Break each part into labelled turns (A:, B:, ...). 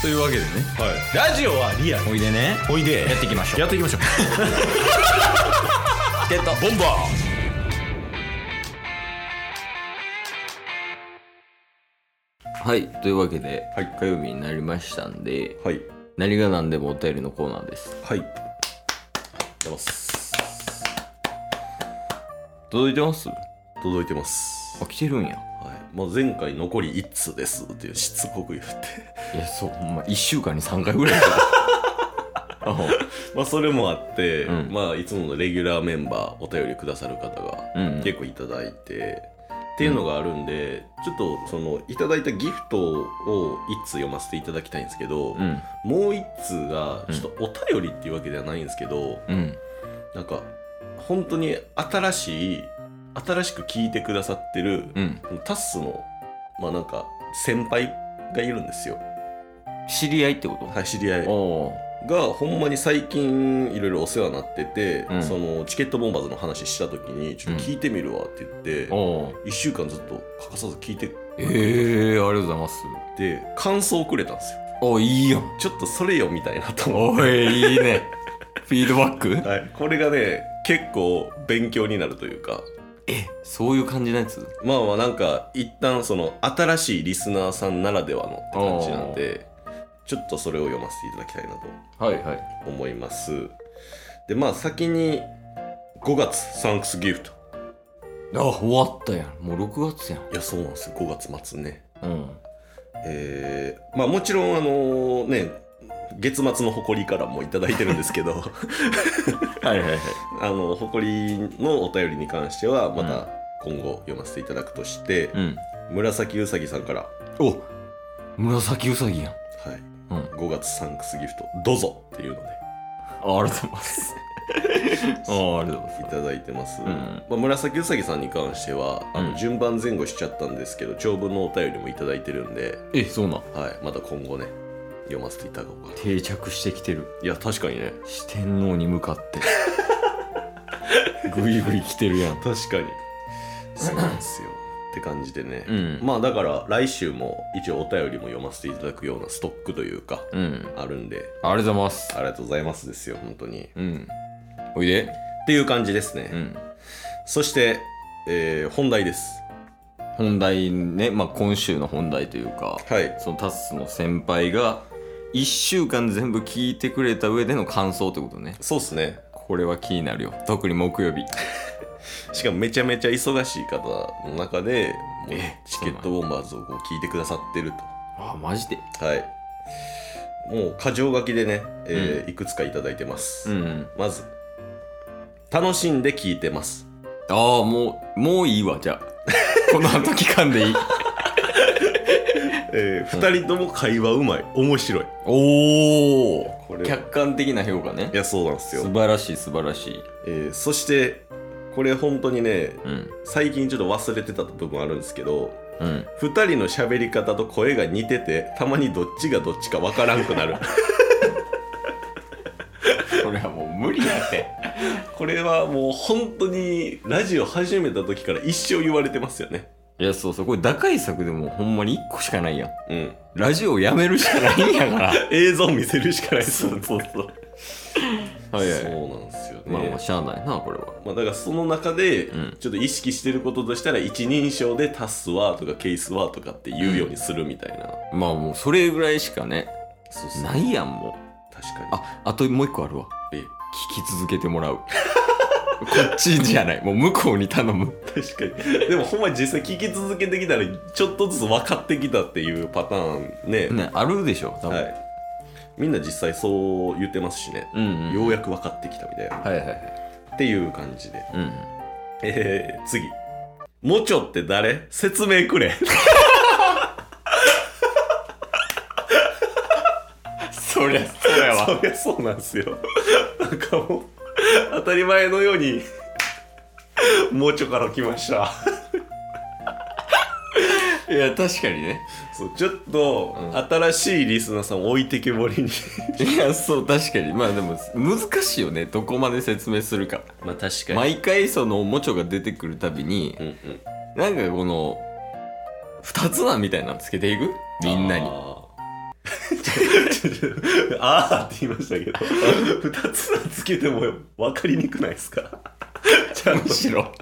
A: というわけでね
B: はい、ラジオはリアル
A: おいでね
B: おいで
A: やっていきましょう
B: やっていきましょう
A: ゲット
B: ボンバ
A: はいというわけで、
B: はい
A: 火曜日になりましたんで
B: ーはい
A: 何が何でもお便りのコーナーです
B: はい出ます
A: 届いてます
B: 届いてます
A: あ来てるんや
B: はいまあ、前回残り1通ですっていうしつこく言って
A: いやそうほんま1週間に3回ぐらい あほ
B: まあそれもあって、
A: うん
B: まあいつものレギュラーメンバーお便りくださる方が
A: うんうん
B: 結構いただいて、っていうのがあるんで、ちょっとそのいただいたギフトを1通読ませていただきたいんですけど、
A: うん
B: もう1通がちょっとお便りっていうわけではないんですけど、
A: うん
B: なんか本当に新しい新しく聞いてくださってる、
A: うん
B: タッスのまあなんか先輩がいるんですよ、
A: 知り合いってこと
B: はい、知り合い
A: おー
B: がほんまに最近いろいろお世話になってて、
A: うん
B: そのチケットボンバーズの話した時にちょっと聞いてみるわって言って、一
A: おー
B: 1週間ずっと欠かさず聞いて
A: ええー、ありがとうございます
B: て感想をくれたんですよ
A: おいいやん
B: ちょっとそれよみたいなと思っ
A: おいいいねフィードバック
B: て、はい、これがね結構勉強になるというか
A: えそういう感じのやつ
B: まあまあなんか一旦その新しいリスナーさんならではのって感じなんでちょっとそれを読ませていただきたいなと
A: はいはい
B: 思いますでまあ先に5月サンクスギフト
A: あ終わったやんもう6月やん
B: いやそうなんですよ5月末ね
A: うん
B: えー、まあもちろんあのね月末の誇りからもいただいてるんですけ ど
A: はいはいはい
B: あの誇りのお便りに関してはまた今後読ませていただくとして、
A: うん
B: 紫うさぎさんから
A: お紫うさぎやん
B: はい、
A: うん
B: 5月サンクスギフトどうぞっていうので
A: あありがとうございます あありがとうござい
B: い
A: ます
B: ただいてます、
A: ん
B: まあ、紫うさぎさんに関してはあ
A: うん
B: の順番前後しちゃったんですけど、長文のお便りもいただいてるんで、
A: えそうなん
B: はい、また今後ね読ませていただこうかな
A: 定着してきてる
B: いや確かにね
A: 四天王に向か ってぐいぐい来てるやん
B: 確かにそうな んですよって感じでね、
A: うん
B: まあだから来週も一応お便りも読ませていただくようなストックというか、
A: うん
B: あるんで
A: ありがとうございます
B: ありがとうございますですよ本当にっ
A: うんおいで
B: ていう感じですね、
A: うん
B: そして、えー本題です
A: 本題ねまあ今週の本題というか
B: はい
A: そのタスの先輩が1週間全部聞いてくれた上での感想ってことね
B: そうっすね
A: これは気になるよ特に木曜日
B: しかもめちゃめちゃ忙しい方の中でもうチケットボンバーズをこう聞いてくださってる
A: あマジで
B: とはいもう箇条書きでね、えーいくつかいただいてます、
A: うん
B: まず楽しんで聞い てます
A: ああもうもういいわじゃあ この後期間でいい
B: えー、2人とも会話うまい面白い
A: お
B: こ
A: お
B: れ
A: 客観的な評価ね
B: いやそうなんです
A: 素
B: よ、
A: 晴らしい素晴らしい
B: えーそしてこれ本当にね
A: うん
B: 最近ちょっと忘れてた部分あるんですけど
A: うん
B: 2人の喋り方と声が似ててたまにどっちがどっちか分からんくなる
A: これはもう無理やって
B: これはもう本当にラジオ始めた時から一生言われてますよね
A: いやそうそうこれ打開策でもほんまに1個しかないやん
B: うん
A: ラジオやめるしかないんやからは
B: 映像見せるしかないです
A: そうそう
B: そうそうなんですよね、
A: まあまあしゃあないなこれは
B: まあ、だからその中で
A: うん
B: ちょっと意識してることとしたら一人称でタスはとかケースはとかって言うようにするみたいな、
A: まあもうそれぐらいしかね
B: そう
A: な
B: ない
A: いやんもう
B: 確かに
A: ああともう一個あるわ
B: え
A: 聞き続けてもらう こっちじゃないもう向こうに頼む
B: 確かにでもほんま実際聞き続けてきたらちょっとずつ分かってきたっていうパターンね
A: ねあるでしょ多分、
B: はいみんな実際そう言ってますしね、
A: うん、うん、
B: ようやく分かってきたみたいな
A: はいはいはい
B: っていう感じで
A: うん
B: えー、次モチョって誰説明くれ
A: そりゃそうや
B: そりゃそうなんですよなんかもう当たり前のようにモチョから来ました
A: いや確かにね
B: そうちょっと、
A: うん
B: 新しいリスナーさんを置いてけぼりに
A: いやそう確かにまあでも難しいよねどこまで説明するか
B: まあ確か
A: 毎回そのおもちょが出てくるたびに
B: うんうん、
A: なんかこの二つなみたいなのつけていくみんなに
B: あーあーって言いましたけど2つはつけても分かりにくないですか ちゃ ん
A: む
B: と
A: しろ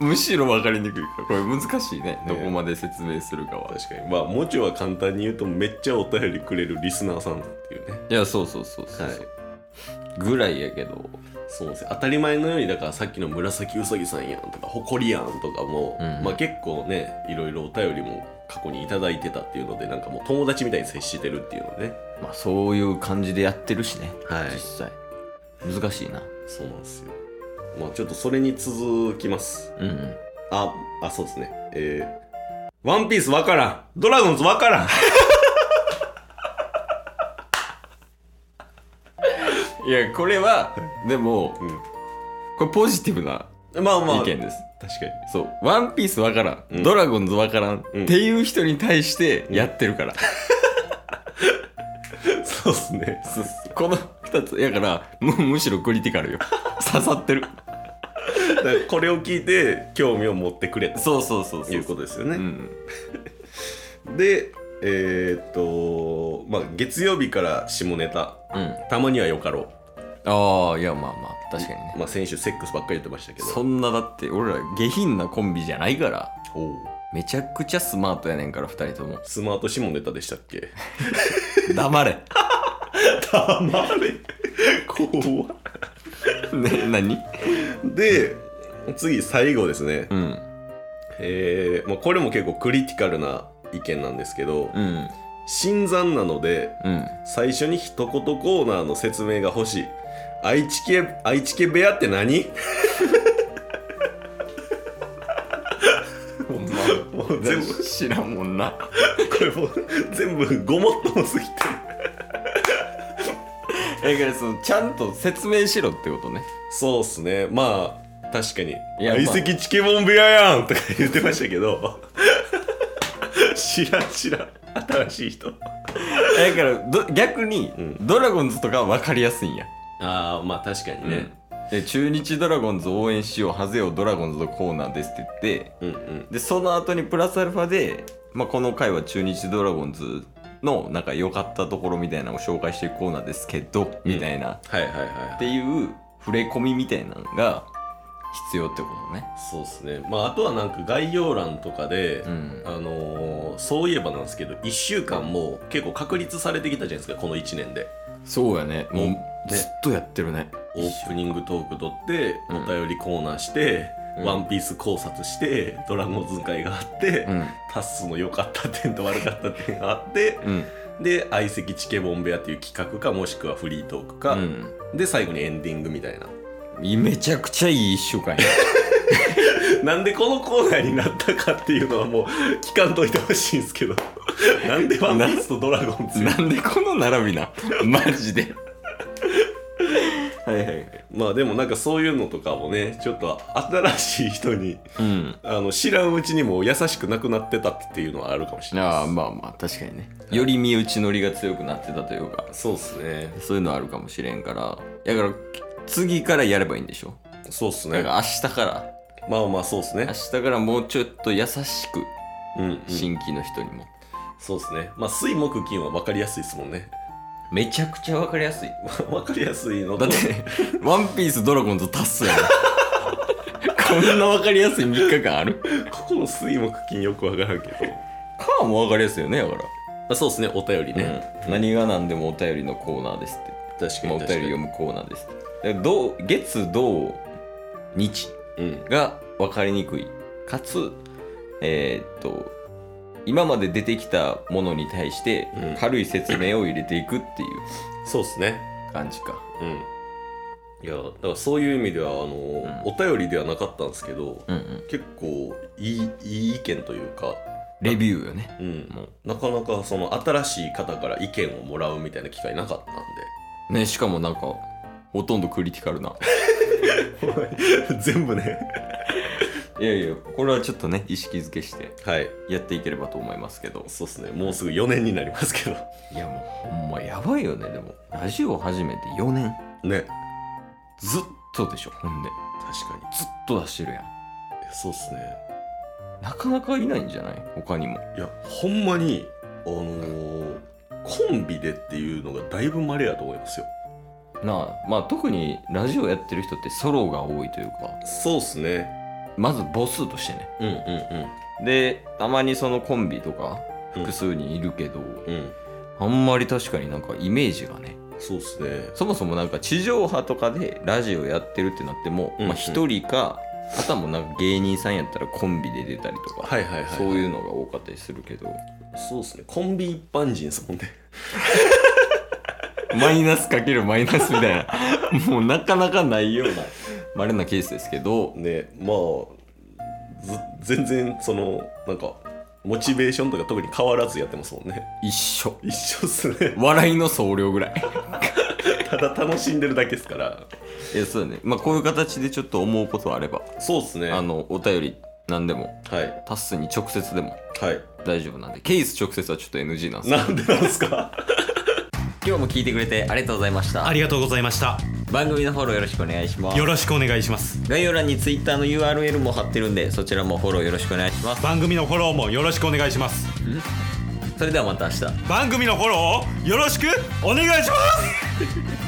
A: むしろ分かりにくいからこれ難しいね
B: ね
A: どこまで説明するかは
B: 確かにまあもちは簡単に言うとめっちゃお便りくれるリスナーさんっていうね
A: いやそうそうそうそう、
B: はい
A: ぐらいやけど
B: そうですね当たり前のようにだからさっきの紫うさぎさんやんとか誇りやんとかも、
A: うん
B: まあ結構ねいろいろお便りも過去に頂いただいてたっていうのでなんかもう友達みたいに接してるっていうのね
A: まあそういう感じでやってるしね、
B: は
A: 実際難しいな
B: そうなんですよまあちょっとそれに続きます
A: うんうん
B: ああそうですねえー、ワンピースわからんドラゴンズわからん
A: いやこれはでもこれポジティブな
B: うんまあまあ
A: 意見です、
B: 確かに
A: そう「ワンピースわからん、
B: うん
A: ドラゴンズわからん、
B: うん
A: っていう人に対してやってるから、
B: そうっすね
A: そうこの2つやからむむしろクリティカルよ刺さってる
B: だからこれを聞いて興味を持ってくれ と
A: そうそうそうそう
B: いうことですよね、
A: うん
B: でえーっとまあ月曜日から下ネタ
A: うん
B: たまにはよかろ
A: ああいやまあまあ確かに
B: う、
A: ね
B: まあ、先週セックスばっかり言ってましたけど
A: そんなだって俺ら下品なコンビじゃないから
B: おう
A: めちゃくちゃスマートやねんから2人とも
B: スマート下ネタでしたっけ
A: 黙 れ
B: 黙れ怖
A: ね何
B: で次最後ですね、
A: うん
B: えーまあ、これも結構クリティカルな意見なんですけど、
A: うん
B: 新参なので
A: うん
B: 最初に一言コーナーの説明が欲しい愛知系愛知系部屋って何 もう全部
A: 知らんもんな
B: これもう全部ごもっともすぎて
A: だからそのちゃんと説明しろって ことね
B: そうっすねまあ確かに「
A: いや
B: 相席チケボン部屋やん!」とか言ってましたけど 知らん知らん新しい人
A: だからど逆に、
B: うん
A: ドラゴンズとかは分かりやすいんや、
B: ああまあ確かに
A: ね、で中日ドラゴンズ応援しようハゼよドラゴンズのコーナーですって言って
B: うんうん
A: でその後にプラスアルファで、まあ、この回は中日ドラゴンズのなんか良かったところみたいなのを紹介していくコーナーですけど、
B: うん
A: みたいなっ
B: はいはいはい
A: ていう触れ込みみたいなのが必要ってことね
B: そうですねまああとはなんか概要欄とかで、
A: うん
B: あのーそういえばなんですけど1週間も結構確立されてきたじゃないですかこの1年で
A: そうやね
B: もう
A: ずっとやってるね
B: オープニングトーク撮って
A: うん
B: お便りコーナーして、
A: うん
B: ワンピース考察してドラゴンズ会があって、
A: うん
B: タッスの良かった点と悪かった点があって
A: うん
B: で相席チケボン部屋っていう企画かもしくはフリートークか、で最後にエンディングみたいな
A: うんめちゃくちゃいい一週間や
B: なんでこのコーナーになったかっていうのはもう聞かんといてほしいんです けどなんでワンピースとドラゴンズ
A: なんでこの並び なマジではいはいはい
B: まあでもなんかそういうのとかもねちょっと新しい人に
A: うん
B: あの知らんうちにもう優しくなくなってたっていうのはあるかもしれ
A: あ
B: な
A: あ
B: いで
A: まあまあ確かにねより身内乗りが強くなってたというか
B: すそうっすね
A: そういうのあるかもしれんからだから次からやればいいんでしょ
B: そうっす
A: だ
B: ね
A: から明日から
B: まあまあそうっすね
A: 明日からもうちょっと優しく
B: うん、うん、
A: 新規の人にも、
B: そうですね。まあ、水木金は分かりやすいですもんね。
A: めちゃくちゃわかりやすい
B: 分かりやすいのと
A: だって 「ワンピースドラゴンズタッス やんこんなわかりやすい3日間ある
B: ここの水木金よく分からんけど。
A: カーもわかりやすいよねだから
B: あそうですね、お便りね。
A: うん、何が何でもお便りのコーナーですっ
B: 確か
A: て、まあ、
B: に
A: お便
B: 確か
A: り
B: に。
A: 読むコーナーですってだからどう月土日
B: うん。
A: が分かりにくいかつえーっと今まで出てきたものに対して
B: うん
A: 軽い説明を入れていくっていう
B: そうですね。
A: 感じか、
B: うん。いや、だからそういう意味では、あの、お便りではなかったんですけど、
A: うんうん、
B: 結構いいいい意見というか、
A: レビューよね
B: うん
A: も
B: なかなかその新しい方から意見をもらうみたいな機会なかったんで。
A: ねしかもなんかほとんどクリティカル な
B: 全部ね。
A: いやいやこれはちょっとね意識づけして
B: はい。
A: やっていければと思いますけど
B: そうですね。もうすぐ4年になりますけど。
A: いやもうほんまやばいよねでもラジオ始めて4年
B: ね。
A: ずっとでしょほんで
B: 確かに。
A: ずっと出してるやん
B: そうっすね
A: なかなかいないんじゃない他にも
B: いやほんまにあのーコンビでっていうのがだいぶ稀やと思いますよ
A: なあまあ特にラジオやってる人ってソロが多いというか
B: そうっすね
A: まず母数としてね
B: うんうん
A: でたまにそのコンビとか
B: うん
A: 複数人いるけど、
B: うんうん
A: あんまり確かになんかイメージがね
B: そうっすね
A: そもそもなんか地上波とかでラジオやってるってなっても
B: うん
A: まあ、1人かあとはもうなんか芸人さんやったらコンビで出たりとか、
B: はいはいはい
A: そういうのが多かったりするけど
B: そうっすねコンビ一般人ですもんね
A: マイナスかけるマイナスみたいな もうなかなかないようなまれなケースですけど
B: ねまあず全然そのなんかモチベーションとか特に変わらずやってますもんね
A: 一緒
B: 一緒っすね
A: 笑いの総量ぐらい
B: ただ楽しんでるだけですから
A: いやそうだねまあこういう形でちょっと思うことあれば、
B: そうっすね
A: あ
B: はい
A: のお便り何でも
B: は
A: タッスに直接でも
B: い
A: 大丈夫なんでケース直接はちょっと NG なんです
B: なんでなんですか
A: 今日も聞いてくれてありがとうございました
C: ありがとうございました
A: 番組のフォローよろしくお願いします
C: よろしくお願いします
A: 概要欄に Twitter の URL も貼ってるんでそちらもフォローよろしくお願いします
C: 番組のフォローもよろしくお願いします
A: それではまた明日
C: 番組のフォローをよろしくお願いします